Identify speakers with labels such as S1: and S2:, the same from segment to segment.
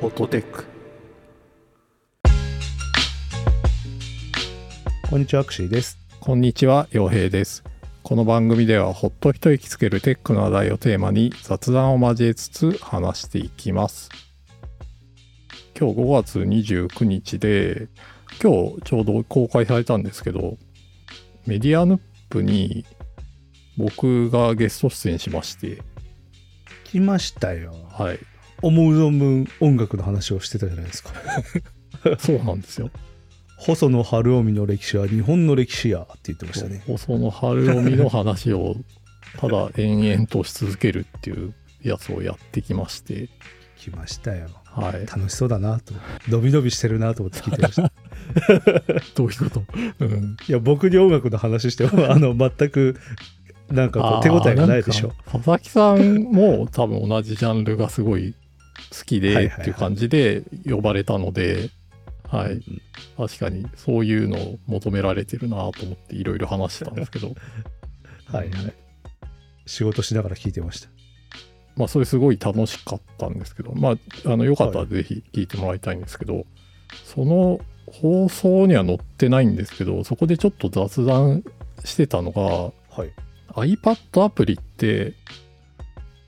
S1: フォトテック
S2: こんにちは、アクシーです。
S1: こんにちは洋平ですこの番組ではほっと一息つけるテックの話題をテーマに雑談を交えつつ話していきます今日5月29日で今日ちょうど公開されたんですけどメディアヌップに僕がゲスト出演しまして
S2: 来ましたよ。
S1: はい
S2: 思う存分音楽の話をしてたじゃないですか。
S1: そうなんですよ
S2: 細野晴臣の歴史は日本の歴史やって言ってましたね。
S1: その春臣の話をただ延々とし続けるっていうやつをやってきまして、
S2: 来ましたよ。
S1: はい。
S2: 楽しそうだなと。伸び伸びしてるなと思って聞いてました。い
S1: どういうこと、うん、
S2: や、僕に音楽の話して も、あの、全く、なんかこう手応えがないでしょ
S1: あ。ー。なんか佐々木さんも多分同じジャンルがすごい好き
S2: はい
S1: で
S2: はいはい
S1: っていう感じで呼ばれたので、は
S2: うん
S1: い。確かにそういうのを求められてるなと思っていろいろ話してたんですけど、
S2: はいはい。仕事しながら聞いてました。
S1: まあそれすごい楽しかったんですけど、まあ、あのよかったらぜひ聞いてもらいたいんですけど、その放送には載ってないんですけど、そこでちょっと雑談してたのが、
S2: はい。
S1: iPad アプリって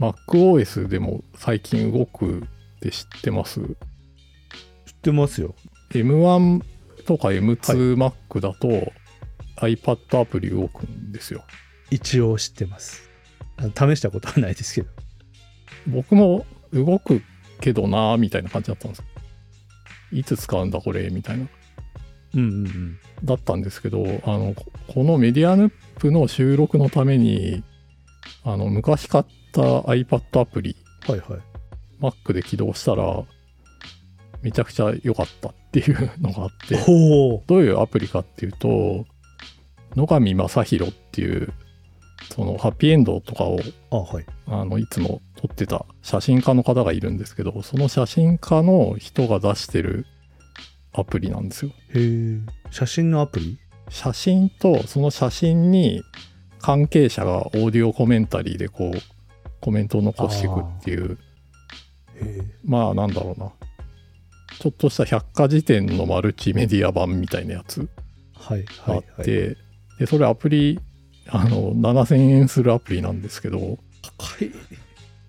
S1: MacOS でも最近動くって知ってます
S2: 知ってますよ。
S1: ?M1 とか M2Mac だと、iPad アプリ動くんですよ。
S2: 一応知ってます。あの試したことはないですけど。
S1: 僕も動くけどなーみたいな感じだったんですいつ使うんだこれみたいな。
S2: うんうんうん。
S1: だったんですけどあのここのメディアヌップの収録のためにあの昔買った iPad アプリ
S2: はいはい。
S1: Mac で起動したらめちゃくちゃ良かったっていうのがあって
S2: ほう。
S1: どういうアプリかっていうと野上正宏っていうそのハッピーエンドとかを
S2: あ、はい。
S1: あのいつも撮ってた写真家の方がいるんですけどその写真家の人が出してるアプリなんですよ。
S2: へえ。写真のアプリ
S1: 写真とその写真に関係者がオーディオコメンタリーでこうコメントを残していくっていう
S2: へえ。
S1: まあなんだろうなちょっとした百科事典のマルチメディア版みたいなやつ
S2: はい
S1: が
S2: はい
S1: あっ
S2: は
S1: て、
S2: い。
S1: でそれアプリあの7000円するアプリなんですけど
S2: 高い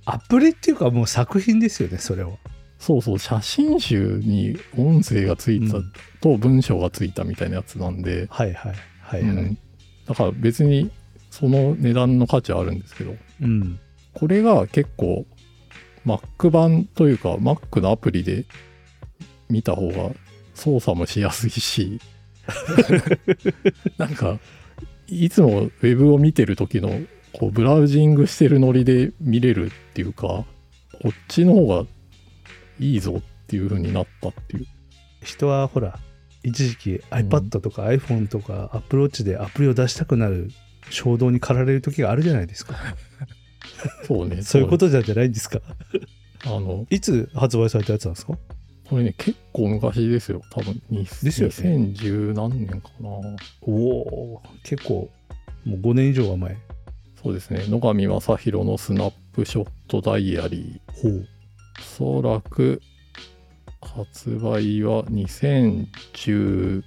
S2: アプリっていうかもう作品ですよねそれは
S1: そうそう写真集に音声がついた
S2: うん
S1: と文章がついたみたいなやつなんで、
S2: はいはいはいは
S1: う
S2: い
S1: んだから別にその値段の価値はあるんですけど
S2: うん
S1: これが結構 Mac 版というか Mac のアプリで見た方が操作もしやすい しなんかいつも Web を見てる時のこうブラウジングしてるノリで見れるっていうかこっちの方がいいぞっていう風になったっていう
S2: 人はほら一時期
S1: ん
S2: iPad とか iPhone とか AppleWatch でアプリを出したくなる衝動に駆られる時があるじゃない ですか
S1: そうね
S2: そういうことじゃないんですか
S1: あの
S2: いつ発売されたやつなんですか
S1: これね結構昔ですよ多分に
S2: ですよね
S1: 2010何年かな
S2: おお結構もう5年以上は前
S1: そうですね野上正宏のスナップショットダイアリ
S2: ほう
S1: ーおそらく発売は2010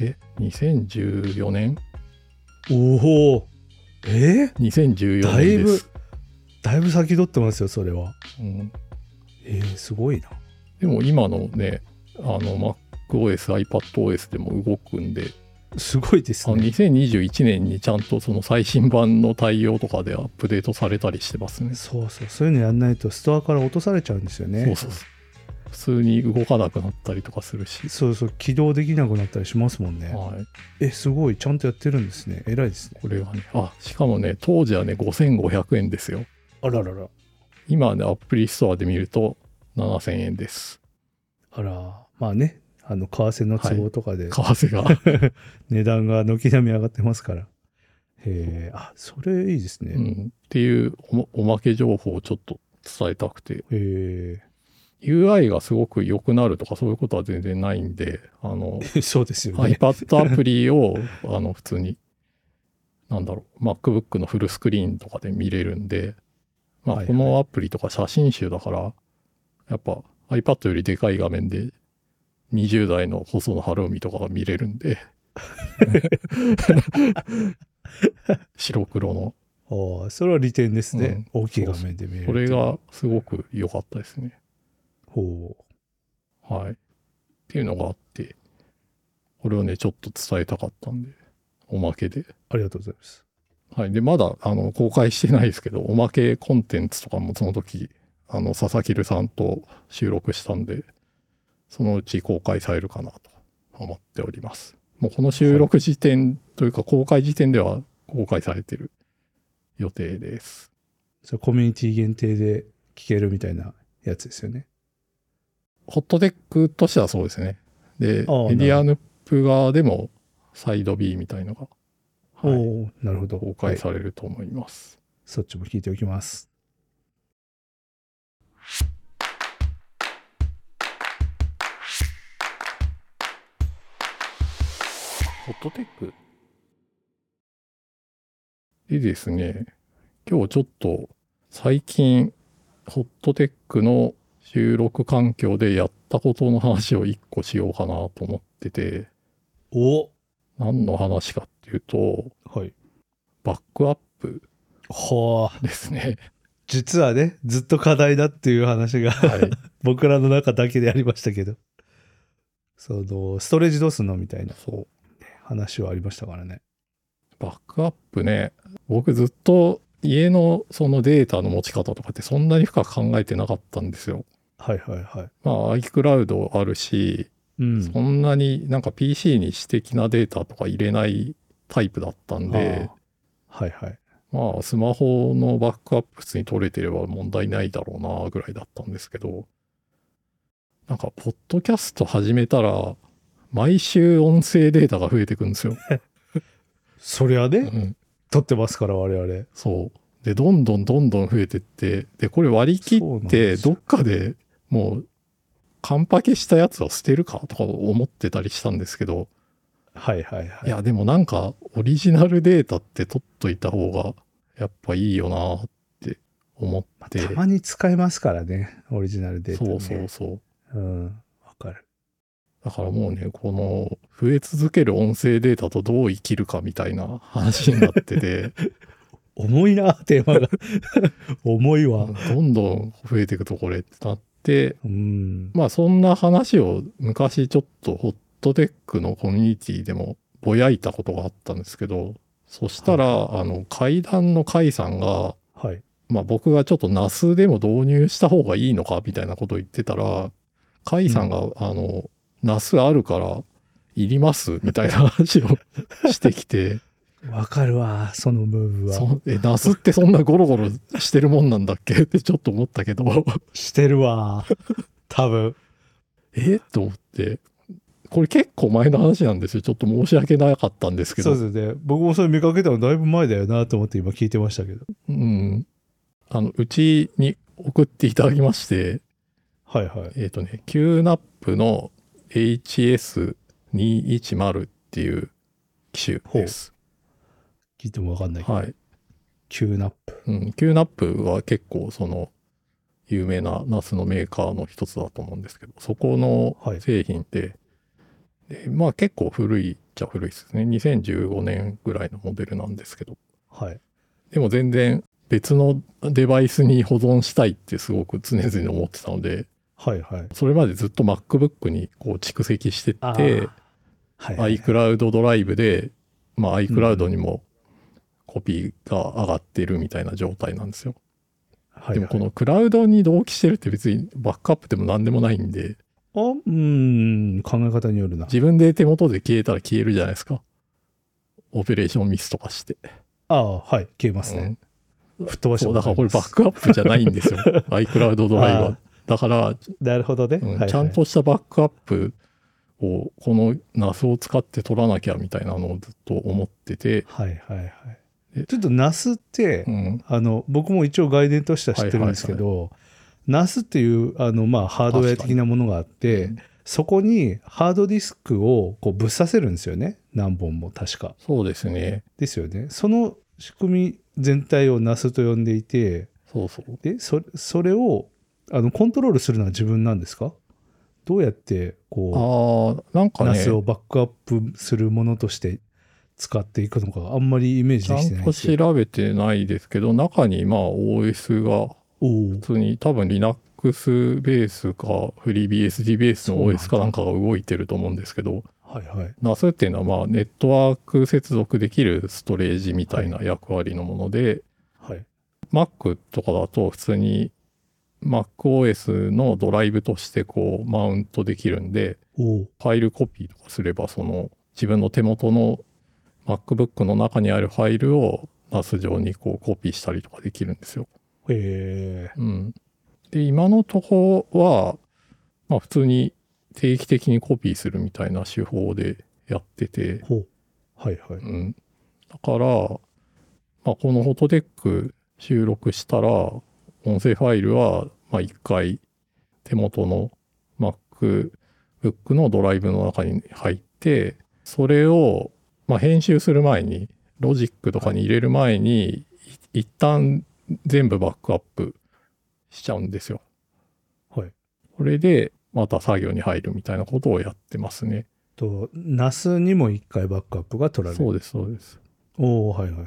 S1: え2014年
S2: おおえー、
S1: 2014
S2: だ
S1: 年
S2: い
S1: で
S2: ぶ
S1: す、
S2: だいぶ先取ってますよそれは
S1: うん、
S2: えー、すごいな
S1: でも今のねあの MacOSiPadOS でも動くんです
S2: ごいです
S1: あの
S2: ね
S1: 2021年にちゃんとその最新版の対応とかでアップデートされたりしてますね
S2: そうそうそういうのやんないとストアから落とされちゃうんですよね
S1: そうそうそう普通に動かなくなったりとかするし、
S2: そうそう起動できなくなったりしますもんね
S1: はい、
S2: えすごいちゃんとやってるんですね偉いですね
S1: これはね、あ、しかもね、当時はね、5500円ですよ。
S2: あららら
S1: 今ね、アプリストアで見ると7000円です。
S2: あらまあねあの為替の都合とかで
S1: 為替が。
S2: 値段が軒並み上がってますから、へえあそれいいです
S1: う
S2: ね、
S1: ん、っていうおまおまけ情報をちょっと伝えたくて、
S2: へ
S1: UI がすごく良くなるとかそういうことは全然ないんで、あの、
S2: え そうですよね、
S1: iPad アプリを、あの、普通に、なんだろう、MacBook のフルスクリーンとかで見れるんで、まあ、
S2: はいはい
S1: このアプリとか写真集だから、やっぱ iPad よりでかい画面で20代の細野晴臣とかが見れる んで白黒の
S2: ああ、それは利点ですね。大きい画面で見える。
S1: それ。がすごく良かったですね
S2: ほう。
S1: はいっていうのがあってこれをねちょっと伝えたかったんでおまけで
S2: ありがとうございます。
S1: はい。で、まだ、あの、公開してないですけど、おまけコンテンツとかもその時、あの、佐々木留さんと収録したんで、そのうち公開されるかなと思っております。もうこの収録時点というか、公開時点では公開されてる予定です。
S2: それコミュニティ限定で聞けるみたいなやつですよね。
S1: ホットテックとしてはそうですね。で、
S2: ああ
S1: メディアヌップ側でもサイド B みたいのが、はい、
S2: おお、なるほど。
S1: 公
S2: は
S1: 開
S2: い
S1: されると思います。
S2: そっちも聞いておきます。
S1: ホットテックでですね、今日ちょっと最近、ホットテックの収録環境でやったことの話を一個しようかなと思ってて、
S2: お
S1: 何の話かっていうと、
S2: はい。
S1: バックアップ
S2: はあ。
S1: ですね。
S2: 実はね、ずっと課題だっていう話が、
S1: はい。
S2: 僕らの中だけでありましたけど。その、ストレージどうすんのみたいな
S1: そう。
S2: 話はありましたからね。
S1: バックアップね、僕ずっと家のそのデータの持ち方とかってそんなに深く考えてなかったんですよ。
S2: はいはいはい。
S1: まあ iCloud あるし、
S2: うん。
S1: そんなになんか PC に私的なデータとか入れないタイプだったんで、
S2: ああはいはい。
S1: まあスマホのバックアップ普通に取れてれば問題ないだろうなぐらいだったんですけど、なんかポッドキャスト始めたら、毎週音声データが増えてくんで すよ。
S2: そりゃ
S1: う
S2: ね、
S1: ん、
S2: 撮ってますから我々。
S1: そう。で、どんどんどんどん増えてって、で、これ割り切
S2: そうなん
S1: っ
S2: で
S1: て、
S2: すよ
S1: どっかでもう、カンパケしたやつは捨てるかとか思ってたりしたんですけど、
S2: はいはいはい
S1: いや、でもなんか、オリジナルデータって取っといた方が、やっぱいいよなって思
S2: まあ
S1: って。
S2: たまに使えますからね、オリジナルデータ、ね。
S1: そうそうそう。
S2: うん。わかる。
S1: だからもうね、この、増え続ける音声データとどう生きるかみたいな話になっ てて、
S2: 重いな、テーマが。重いわ。
S1: どんどん増えていくとこれってなって、
S2: うん。
S1: まあそんな話を昔ちょっとホットテックのコミュニティでもぼやいたことがあったんですけど、そしたら、あの、階段の甲斐さんが、
S2: はい。
S1: まあ僕がちょっとナスでも導入した方がいいのかみたいなことを言ってたら、カイさんが、あの、ナスあるから、いりますみたいな話をしてきて、
S2: わかるわ、そのムーブは。
S1: そえ、ナスってそんなゴロゴロしてるもんなんだっけってちょっと思ったけど、
S2: してるわ。多分。
S1: えと思って、これ結構前の話なんですよ。ちょっと申し訳なかったんですけ
S2: そ
S1: ど、
S2: うですね。僕もそれ見かけたのだいぶ前だよなと思って今聞いてましたけど。
S1: うん。あの、うちに送っていただきまして、
S2: はいはい。
S1: えっ、とね、QNAP の HS210 っていう機種です。
S2: 聞いてもわかんないけど。
S1: はい。
S2: 急ナップ。
S1: うん、QNAP は結構その有名な NAS のメーカーの一つだと思うんですけど、そこの
S2: はい
S1: 製品で、でまあ結構古いっちゃ古いですね。2015年ぐらいのモデルなんですけど、
S2: はい。
S1: でも全然別のデバイスに保存したいってすごく常々思ってたので、
S2: はいはい。
S1: それまでずっと MacBook にこう蓄積してっ
S2: あ
S1: て、
S2: ーはいはい。
S1: iCloud ドライブで、まあ、iCloud にもコピーが上がってるみたいな状態なんですよ。
S2: はい
S1: でもこのクラウドに同期してるって別にバックアップでも何でもないんで、
S2: あ、うーん、考え方によるな。
S1: 自分で手元で消えたら消えるじゃないですか。オペレーションミスとかして。
S2: ああ、はい、消えます
S1: う
S2: ね
S1: ん。
S2: 吹っ飛ばして
S1: そ
S2: も
S1: う、だからこれ
S2: らえ
S1: バ
S2: ます
S1: ックアップじゃない んですよ。iCloud ドライブ
S2: あ
S1: は
S2: ー。
S1: だから、
S2: なるほどね。
S1: うん
S2: はいはい
S1: ちゃんとしたバックアップをこの NAS を使って取らなきゃみたいなのをずっと思ってて、
S2: はいはいはい
S1: え。
S2: ちょっとナスって、
S1: うん、
S2: あの僕も一応概念としては知ってるんですけど、ナスっていうあの、まあ、ハードウェア的なものがあって
S1: 確か
S2: そこにハードディスクをこうぶっ刺せるんですよね何本も確か。
S1: そうですね。
S2: ですよね。その仕組み全体をナスと呼んでいて
S1: そうそう。
S2: でそそれをあのコントロールするのは自分なんですかどうやってこ
S1: ああなん
S2: う、
S1: かね
S2: NAS をバックアップするものとして使っていくのかあんまりイメージ
S1: ち
S2: で
S1: ゃ
S2: きてなんい
S1: と
S2: ですけど
S1: 調べてないですけど中にまあ OS が
S2: おー
S1: 普通に多分 Linux ベースか FreeBSD ベースの
S2: そうなんだ
S1: OS かなんかが動いてると思うんですけど
S2: はいはい
S1: NAS っていうのはまあネットワーク接続できるストレージみたいな役割のもので、
S2: はい。
S1: Mac とかだと普通に MacOS のドライブとしてこうマウントできるんで
S2: おお
S1: ファイルコピーとかすればその自分の手元の MacBook の中にあるファイルを NAS 上にこうコピーしたりとかできるんですよ。
S2: へえ
S1: うん、で今のとこは、まあ、普通に定期的にコピーするみたいな手法でやってて、
S2: ほうはいはい
S1: うん、だから、まあ、このフォトテック収録したら音声ファイルはまあ1回手元の MacBook のドライブの中に入ってそれをまあ編集する前にロジックとかに入れる前にい一旦全部バックアップしちゃうんですよ。
S2: はい
S1: これでまた作業に入るみたいなことをやってますね。
S2: と NAS にも一回バックアップが取られる
S1: そうですそうです。
S2: おおはいはい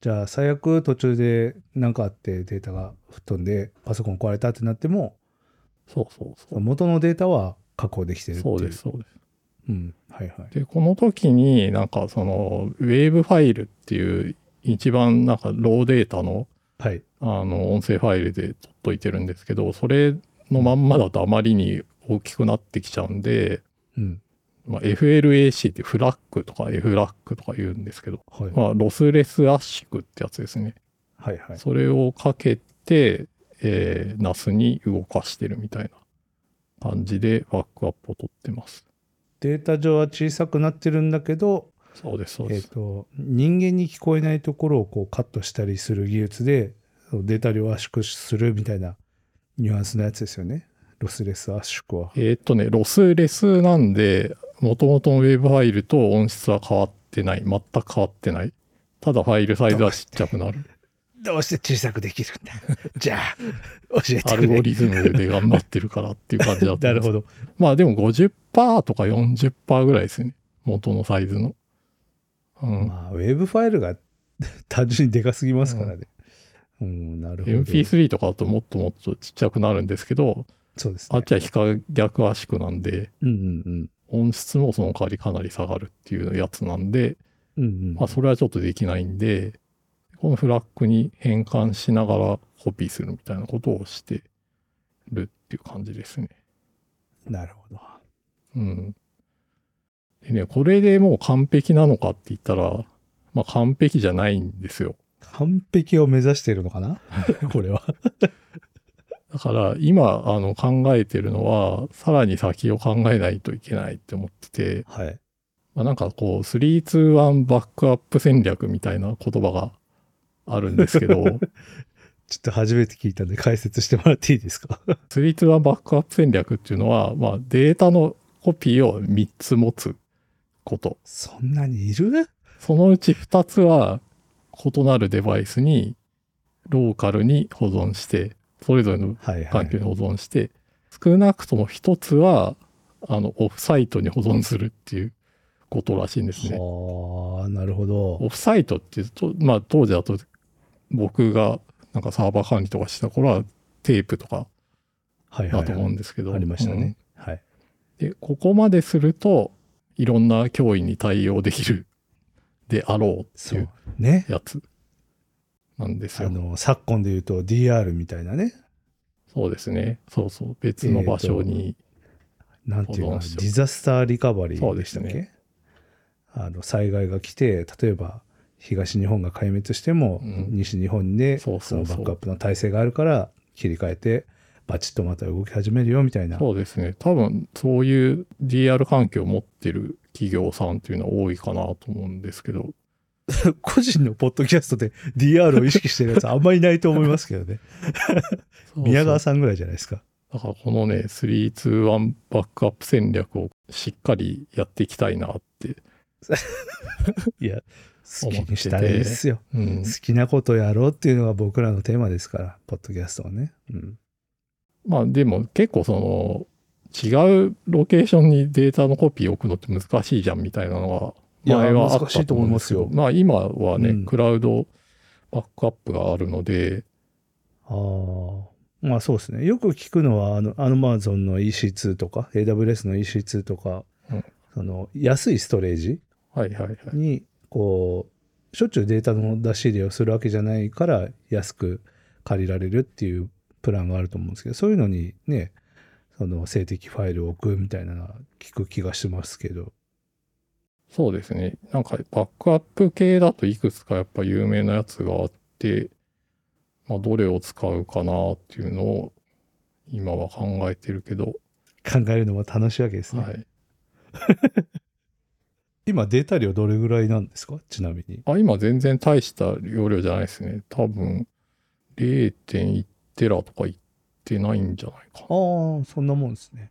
S2: じゃあ最悪途中で何かあってデータが吹っ飛んでパソコン壊れたってなっても
S1: そうそうそう。
S2: 元のデータは確保できてるってい
S1: そうですそうです。
S2: うんはいはい
S1: でこの時になんかそのウェーブファイルっていう一番なんかローデータの
S2: はい
S1: あの音声ファイルで取っといてるんですけどそれのまんまだとあまりに大きくなってきちゃうんで、
S2: うん
S1: まあ、FLAC ってフラッグとか F ラッグとか言うんですけど、
S2: はい
S1: まあ、ロスレス圧縮ってやつですね
S2: はいはい
S1: それをかけて、えー、NAS に動かしてるみたいな感じでバックアップを取ってます
S2: データ上は小さくなってるんだけど
S1: そうですそう
S2: え
S1: で
S2: っ
S1: す、
S2: と人間に聞こえないところをこうカットしたりする技術でそのデータ量を圧縮するみたいなニュアンスのやつですよねロスレス圧縮は
S1: えーっとね、ロスレスなんで、元々のウェブファイルと音質は変わってない。全く変わってない。ただファイルサイズはちっちゃくな る。
S2: どうして小さくできる んだじゃあ教え
S1: ア
S2: て
S1: ル
S2: く
S1: ゴ
S2: れ
S1: リズムで頑張ってるからっていう感じだった。
S2: なるほ
S1: ど。
S2: ど
S1: まあでも50%とか40%ぐらいですね。元のサイズの。うん。
S2: まあウェブファイルが 単純にでかすぎますからねうん、なるほど
S1: MP3 とかだともっともっとちっちゃくなるんですけど、
S2: そうです
S1: あ
S2: ね
S1: っちは比較逆圧縮なんで、
S2: うんうん
S1: 音質もその代わりかなり下がるっていうやつなんで、
S2: うんうんうん
S1: まあ、それはちょっとできないんで、このフラッグに変換しながらコピーするみたいなことをしてるっていう感じですね。
S2: なるほど
S1: うん。でね、これでもう完璧なのかって言ったら、まあ完璧じゃないんですよ。
S2: 完璧を目指しているのかな これは
S1: だから今あの考えてるのは、さらに先を考えないといけないって思ってて、
S2: はい
S1: まあ、なんかこう、321バックアップ戦略みたいな言葉があるんですけど、
S2: ちょっと初めて聞いたんで解説してもらっていいですか
S1: スリーツワンバックアップ戦略っていうのは、まあ、データのコピーを3つ持つこと。
S2: そんなにいる
S1: そのうち2つは異なるデバイスにローカルに保存して、それぞれの
S2: はいは
S1: 環境
S2: い。
S1: に保存して、少なくとも1つはあのオフサイトに保存するっていうことらしいんですね。
S2: はあ、なるほど。
S1: オフサイトっていうと、まあ、当時だと僕がなんかサーバー管理とかした頃はテープとか
S2: はいは
S1: だ
S2: い、
S1: と
S2: は
S1: 思う
S2: い。
S1: んですけど。
S2: ありました
S1: うん
S2: ね。はい。
S1: で、ここまですると、いろんな脅威に対応できる であろうって
S2: そ
S1: いうう。
S2: ね。
S1: やつなんです
S2: あ
S1: よ。
S2: の、昨今で言うと DR みたいなね。
S1: そうですね。そうそう。別の場所に、
S2: なんていう
S1: 保
S2: の
S1: 存
S2: デ
S1: しておく
S2: ィザスターリカバリーでしたっ
S1: そう
S2: け、
S1: で
S2: あの、災害が来て、例えば東日本が壊滅しても、
S1: うん
S2: 西日本で
S1: そう
S2: そ
S1: そ
S2: の
S1: うそう
S2: バックアップの体制があるから切り替えて、バチッとまた動き始めるよみたいな。
S1: そうですね。多分、そういう DR 環境を持ってる企業さんっていうのは多いかなと思うんですけど、
S2: 個人のポッドキャストで DR を意識してるやつあんまりいないと思いますけどね。宮川
S1: さ
S2: さんぐらいじゃないですか。
S1: ん。だからこのね、321バックアップ戦略をしっかりやっていきたいなって。
S2: いや、好き
S1: 思ってて
S2: にしたらいいですよ。
S1: うん
S2: 好きなことやろうっていうのが僕らのテーマですから、ポッドキャストはね。うん。
S1: まあでも結構その違うロケーションにデータのコピーを置くのって難しいじゃんみたいなの
S2: いや
S1: が前はあった
S2: 難しいと
S1: と
S2: 思
S1: 思
S2: い
S1: うん
S2: ま
S1: ですす
S2: よ
S1: よ。まあ今はね、
S2: うん
S1: クラウドバックアップがあるので、
S2: ああ。まあそうですね。よく聞くのは、あの、アマゾンの EC2 とか、AWS の EC2 とか、
S1: うん
S2: その、安いストレージ
S1: はいはいはい。
S2: に、こう、しょっちゅうデータの出し入れをするわけじゃないから、安く借りられるっていうプランがあると思うんですけど、そういうのにね、その、静的ファイルを置くみたいなのは聞く気がしますけど。
S1: そうですね。なんかバックアップ系だといくつかやっぱ有名なやつがあって、まあどれを使うかなっていうのを今は考えてるけど、
S2: 考えるのも楽しいわけですね。
S1: はい。
S2: 今、データ量どれぐらいなんですかちなみに。
S1: あ、今全然大した容量じゃないですね。多分0.1テラとかいってないんじゃないかな。
S2: ああ、そんなもんですね。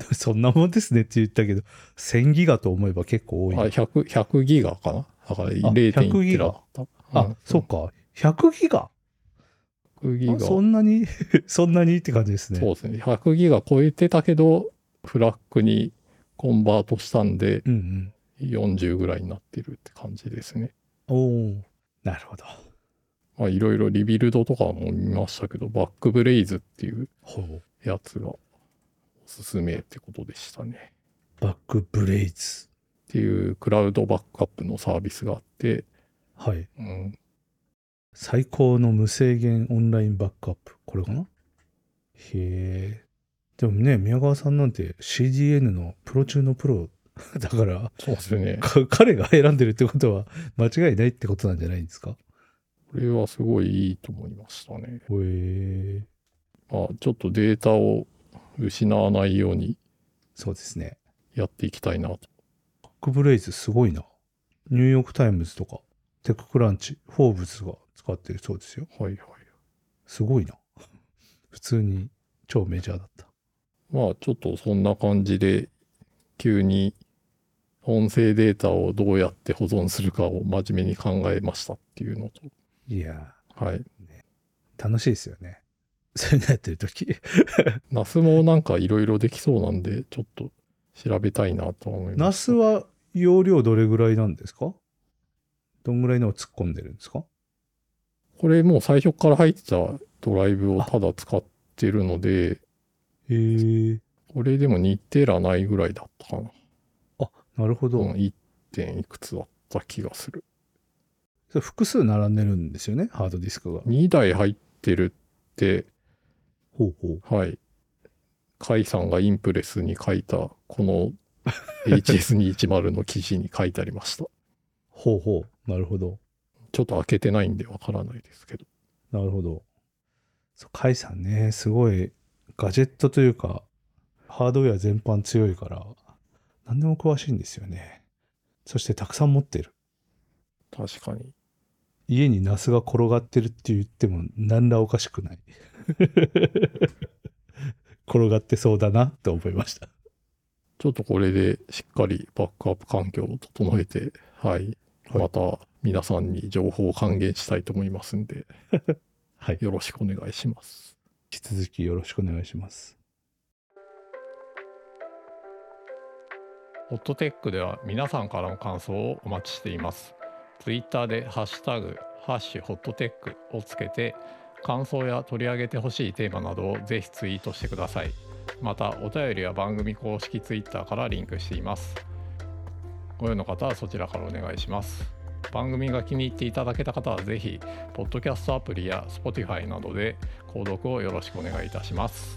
S2: そんなもんですねって言ったけど、1000ギガと思えば結構多いな。
S1: あ、100、100ギガかなだから
S2: 100
S1: 0.1
S2: ギ
S1: テ
S2: ガ
S1: ラ。
S2: あ、
S1: ん
S2: そっ。か。100ギガ
S1: 100ギ
S2: あ
S1: ガ。
S2: そ
S1: そうん
S2: なに、 そんなにって感じですね。
S1: ですね。100ギガ超えてたけど、フラッグにコンバートしたんで、
S2: うんうん。
S1: 40ぐらいになってるって感じですね。
S2: おおなるほど。
S1: まあいろいろリビルドとかも見ましたけど、バックブレイズっていう
S2: ほう。
S1: やつがおすすめってことでしたね。
S2: バックブレイズ。
S1: っていうクラウドバックアップのサービスがあって、
S2: はい。
S1: うん、
S2: 最高の無制限オンラインバックアップ。これかなへえ。でもね、宮川さんなんて CDN のプロ中のプロだから、
S1: そうですね。
S2: か 彼が選んでるってことは間違いないってことなんじゃないんですか
S1: これはすごいいいと思いましたね。
S2: へえ。
S1: まあちょっとデータを失わないように
S2: そうですね。
S1: やっていきたいなと。
S2: バックブレイズすごいな。ニューヨークタイムズとか、テッククランチ、フォーブスが使ってるそうですよ。
S1: はいはい。
S2: すごいな。 普通に超メジャーだった。
S1: まあちょっとそんな感じで急に音声データをどうやって保存するかを真面目に考えましたっていうのと。
S2: いや
S1: はい。
S2: ー、楽しいですよね。それになってる時。
S1: ナスもなんかいろいろできそうなんで、ちょっと調べたいなとは思い
S2: ナ
S1: ます。
S2: スは容量どれぐらいなんですかどんぐらいのを突っ込んでるんですか
S1: これもう最初から入ってたドライブをただ使ってるので、
S2: へえ。
S1: これでも2テラないぐらいだったかな。
S2: あ、なるほど。
S1: うん、1. 点いくつだった気がする。
S2: それ複数並んでるんですよね、ハードディスクが。
S1: 2台入ってるって、
S2: ほうほう。
S1: はい。甲斐さんがインプレスに書いた、こ の HS210 の記事に書いてありました。
S2: ほうほう。なるほど。
S1: ちょっと開けてないんでわからないですけど。
S2: なるほど。そう、カイさんね、すごいガジェットというか、ハードウェア全般強いから、何でも詳しいんですよね。そしてたくさん持ってる。
S1: 確かに。
S2: 家にナスが転がってるって言っても何らおかしくない。 転がってそうだなって思いました。
S1: ちょっとこれでしっかりバックアップ環境を整えて、はい。また皆さんに情報を還元したいと思いますんで、
S2: はい。引
S1: よろしくお願いします。
S2: き続きよろしくお願いします。
S1: ホットテックでは皆さんからの感想をお待ちしています。ツイッターでハッシュタグ、ハッシュホットテックをつけて、感想や取り上げてほしいテーマなどをぜひツイートしてください。また、お便りは番組公式ツイッターからリンクしています。ご用の方はそちらからお願いします。番組が気に入っていただけた方はぜひ、ポッドキャストアプリや Spotify などで購読をよろしくお願いいたします。